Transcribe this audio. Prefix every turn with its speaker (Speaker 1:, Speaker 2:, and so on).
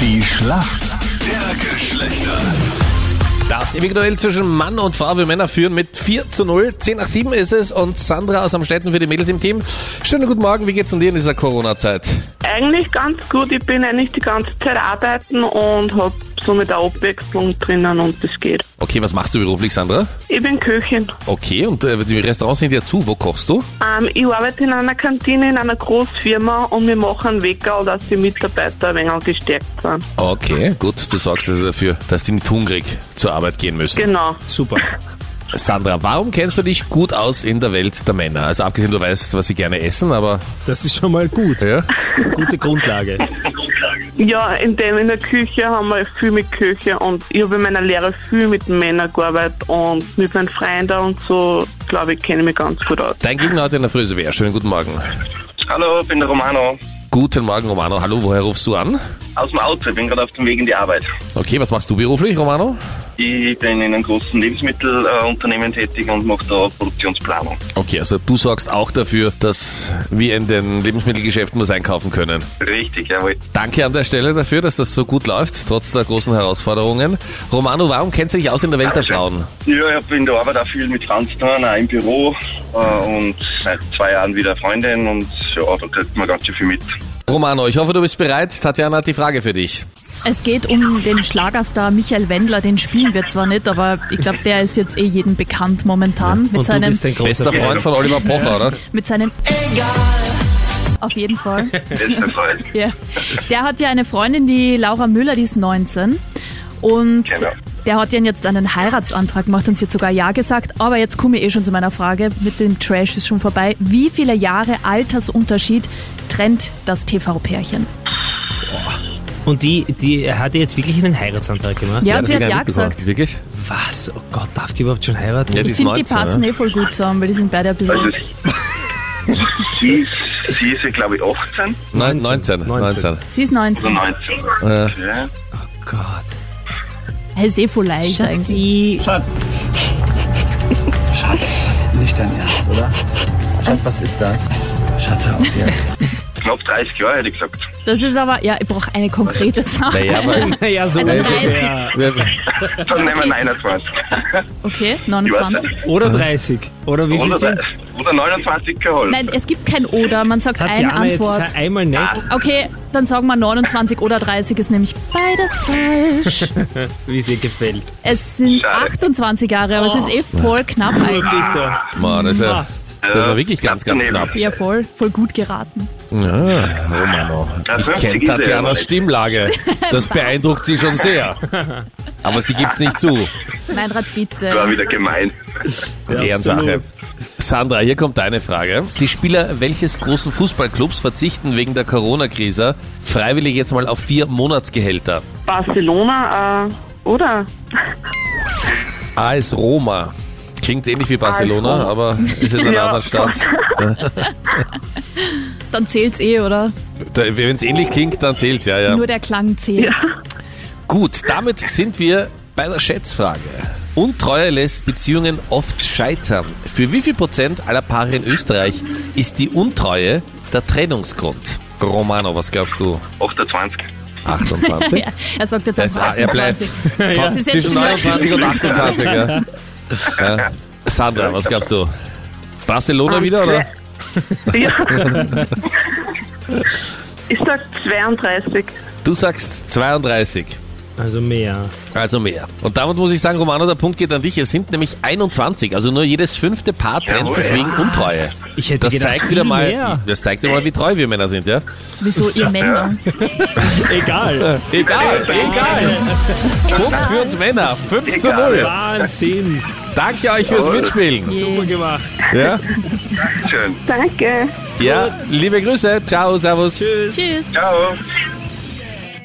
Speaker 1: Die Schlacht der Geschlechter.
Speaker 2: Das ewige Duell zwischen Mann und Frau. Wir Männer führen mit 4 zu 0. 10 nach 7 ist es und Sandra aus Amstetten für die Mädels im Team. Schönen guten Morgen, wie geht's denn dir in dieser Corona-Zeit?
Speaker 3: Eigentlich ganz gut. Ich bin eigentlich die ganze Zeit arbeiten und habe so mit der Abwechslung drinnen und das geht.
Speaker 2: Okay, was machst du beruflich, Sandra?
Speaker 3: Ich bin Köchin.
Speaker 2: Okay, und äh, die Restaurants sind ja zu. Wo kochst du?
Speaker 3: Ähm, ich arbeite in einer Kantine in einer Großfirma und wir machen einen Wecker, dass die Mitarbeiter ein wenig gestärkt sind.
Speaker 2: Okay, gut, du sorgst also dafür, dass die nicht hungrig zur Arbeit gehen müssen.
Speaker 3: Genau.
Speaker 2: Super. Sandra, warum kennst du dich gut aus in der Welt der Männer? Also abgesehen, du weißt, was sie gerne essen, aber
Speaker 4: Das ist schon mal gut.
Speaker 2: ja.
Speaker 4: Gute Grundlage.
Speaker 3: Ja, in dem in der Küche haben wir viel mit Küche und ich habe in meiner Lehre viel mit Männern gearbeitet und mit meinen Freunden und so, glaube ich, kenne ich mich ganz gut aus.
Speaker 2: Dein Gegner heute in der Fröse wäre. Schönen guten Morgen.
Speaker 5: Hallo, ich bin der Romano
Speaker 2: Guten Morgen, Romano. Hallo, woher rufst du an?
Speaker 5: aus dem Auto. Ich bin gerade auf dem Weg in die Arbeit.
Speaker 2: Okay, was machst du beruflich, Romano?
Speaker 5: Ich bin in einem großen Lebensmittelunternehmen tätig und mache da Produktionsplanung.
Speaker 2: Okay, also du sorgst auch dafür, dass wir in den Lebensmittelgeschäften was einkaufen können.
Speaker 5: Richtig, jawohl.
Speaker 2: Danke an der Stelle dafür, dass das so gut läuft, trotz der großen Herausforderungen. Romano, warum kennst du dich aus in der Welt der Frauen?
Speaker 5: Ja, ich bin in der Arbeit auch viel mit Franz Turner auch im Büro äh, und seit zwei Jahren wieder Freundin und ja, da kriegt man ganz schön viel mit.
Speaker 2: Romano, ich hoffe, du bist bereit. Tatjana hat die Frage für dich.
Speaker 6: Es geht um den Schlagerstar Michael Wendler, den spielen wir zwar nicht, aber ich glaube, der ist jetzt eh jedem bekannt momentan mit
Speaker 4: Und du
Speaker 6: seinem
Speaker 4: bist ein großer
Speaker 2: Bester Freund von Oliver Pocher, oder?
Speaker 6: mit seinem Egal. Auf jeden Fall.
Speaker 5: Das ist der Fall.
Speaker 6: ja. Der hat ja eine Freundin, die Laura Müller, die ist 19 und
Speaker 5: Genau.
Speaker 6: der hat ihren jetzt einen Heiratsantrag gemacht und sie hat sogar ja gesagt, aber jetzt komme ich eh schon zu meiner Frage, mit dem Trash ist schon vorbei. Wie viele Jahre Altersunterschied trennt das TV-Pärchen?
Speaker 4: Und die, die hat jetzt wirklich einen Heiratsantrag gemacht?
Speaker 6: Ja, und
Speaker 2: das
Speaker 6: sie
Speaker 2: hab
Speaker 6: hat
Speaker 2: ich gar
Speaker 6: ja
Speaker 2: nicht mitbekommen.
Speaker 6: gesagt.
Speaker 2: Wirklich?
Speaker 4: Was? Oh Gott, darf die überhaupt schon heiraten?
Speaker 2: Ja, die
Speaker 6: Ich
Speaker 2: ist
Speaker 6: finde, die
Speaker 2: 19,
Speaker 6: passen
Speaker 2: ne?
Speaker 6: eh voll gut zusammen, weil die sind beide ein bisschen...
Speaker 5: Also, sie ist, sie ist glaube ich, 18
Speaker 2: Nein, 19. 19.
Speaker 4: 19.
Speaker 6: Sie ist
Speaker 5: oder
Speaker 6: 19.
Speaker 5: 19.
Speaker 2: Äh.
Speaker 5: Ja.
Speaker 4: Oh Gott.
Speaker 5: also,
Speaker 6: Hey, ist eh voll leicht eigentlich.
Speaker 4: Schatzi.
Speaker 7: Nicht dein Ernst, oder? Schatz, was ist das? Schatz, hör auf jetzt.
Speaker 5: Knapp 30 Jahre, hätte ich gesagt.
Speaker 6: Das ist aber, ja, ich brauche eine konkrete Zahl.
Speaker 2: Naja, aber
Speaker 4: Naja, so
Speaker 6: Also
Speaker 4: ungefähr.
Speaker 2: wir,
Speaker 5: Dann nehmen wir 21.
Speaker 6: Okay,
Speaker 5: Ich weiß
Speaker 6: 29.
Speaker 5: nicht.
Speaker 4: Oder 30. Oder wie viel
Speaker 5: Oder,
Speaker 4: sind's?
Speaker 5: oder 29 geholt.
Speaker 6: Nein, es gibt kein Oder, man sagt eine
Speaker 4: Tatjana jetzt
Speaker 6: Antwort.
Speaker 4: einmal nicht.
Speaker 6: Okay, dann sagen wir 29 oder 30 ist nämlich beides falsch.
Speaker 4: Wie sie gefällt.
Speaker 6: Es sind
Speaker 5: Schade.
Speaker 6: 28 Jahre, aber es ist
Speaker 2: Oh.
Speaker 6: eh voll knapp eigentlich.
Speaker 4: Bitte.
Speaker 2: Mann, das, ist ja,
Speaker 4: Fast.
Speaker 2: das war wirklich ganz, ganz knapp.
Speaker 6: Ja, voll, voll gut geraten.
Speaker 2: Ja, Romano. Ich
Speaker 5: fünfzig
Speaker 2: kenne
Speaker 5: ist er ja noch
Speaker 2: Tatjanas
Speaker 5: nicht.
Speaker 2: Stimmlage. Das beeindruckt sie schon sehr. Aber sie gibt's nicht zu.
Speaker 6: Meinrad,
Speaker 5: War
Speaker 6: bitte.
Speaker 5: wieder gemein.
Speaker 2: Ehrensache. Sandra, hier kommt deine Frage. Die Spieler welches großen Fußballclubs verzichten wegen der Corona-Krise freiwillig jetzt mal auf vier Monatsgehälter?
Speaker 3: Barcelona, äh, oder?
Speaker 2: AS Roma. Klingt ähnlich wie Barcelona,
Speaker 3: AS
Speaker 2: aber ist in einer
Speaker 3: Ja.
Speaker 2: anderen Stadt.
Speaker 6: Dann zählt's eh, oder?
Speaker 2: Wenn es ähnlich klingt, dann zählt ja, ja.
Speaker 6: Nur der Klang zählt.
Speaker 2: Gut, damit sind wir bei der Schätzfrage. Untreue lässt Beziehungen oft scheitern. Für wie viel Prozent aller Paare in Österreich ist die Untreue der Trennungsgrund? Romano, was glaubst du?
Speaker 5: 28.
Speaker 2: 28?
Speaker 6: Ja, er sagt jetzt
Speaker 2: Er, ist, ah,
Speaker 6: einfach
Speaker 2: er bleibt
Speaker 6: 28. Das ist jetzt
Speaker 2: zwischen
Speaker 6: nur-
Speaker 2: 29 und 28. Ja. Ja. Sandra, was glaubst du? Barcelona
Speaker 6: Ah,
Speaker 2: wieder oder?
Speaker 3: Ja. ich sag 32.
Speaker 2: Du sagst 32,
Speaker 4: Also mehr.
Speaker 2: also mehr. Und damit muss ich sagen, Romano, der Punkt geht an dich. Es sind nämlich 21, also nur jedes fünfte Paar trennt sich
Speaker 5: Jawohl.
Speaker 2: wegen Untreue.
Speaker 4: Ich hätte
Speaker 2: Das
Speaker 4: gedacht,
Speaker 2: zeigt
Speaker 4: viel
Speaker 2: wieder mal,
Speaker 4: mehr.
Speaker 2: das zeigt wieder mal, wie treu wir Männer sind, ja?
Speaker 6: Wieso ihr Männer?
Speaker 4: Egal.
Speaker 2: Egal, egal. Punkt für uns Männer. 5 zu 0.
Speaker 4: Wahnsinn.
Speaker 2: Danke euch fürs Mitspielen.
Speaker 4: Super gemacht.
Speaker 2: Ja,
Speaker 5: Schön.
Speaker 3: Danke.
Speaker 2: ja liebe Grüße. Ciao, servus.
Speaker 6: Tschüss.
Speaker 5: Ciao.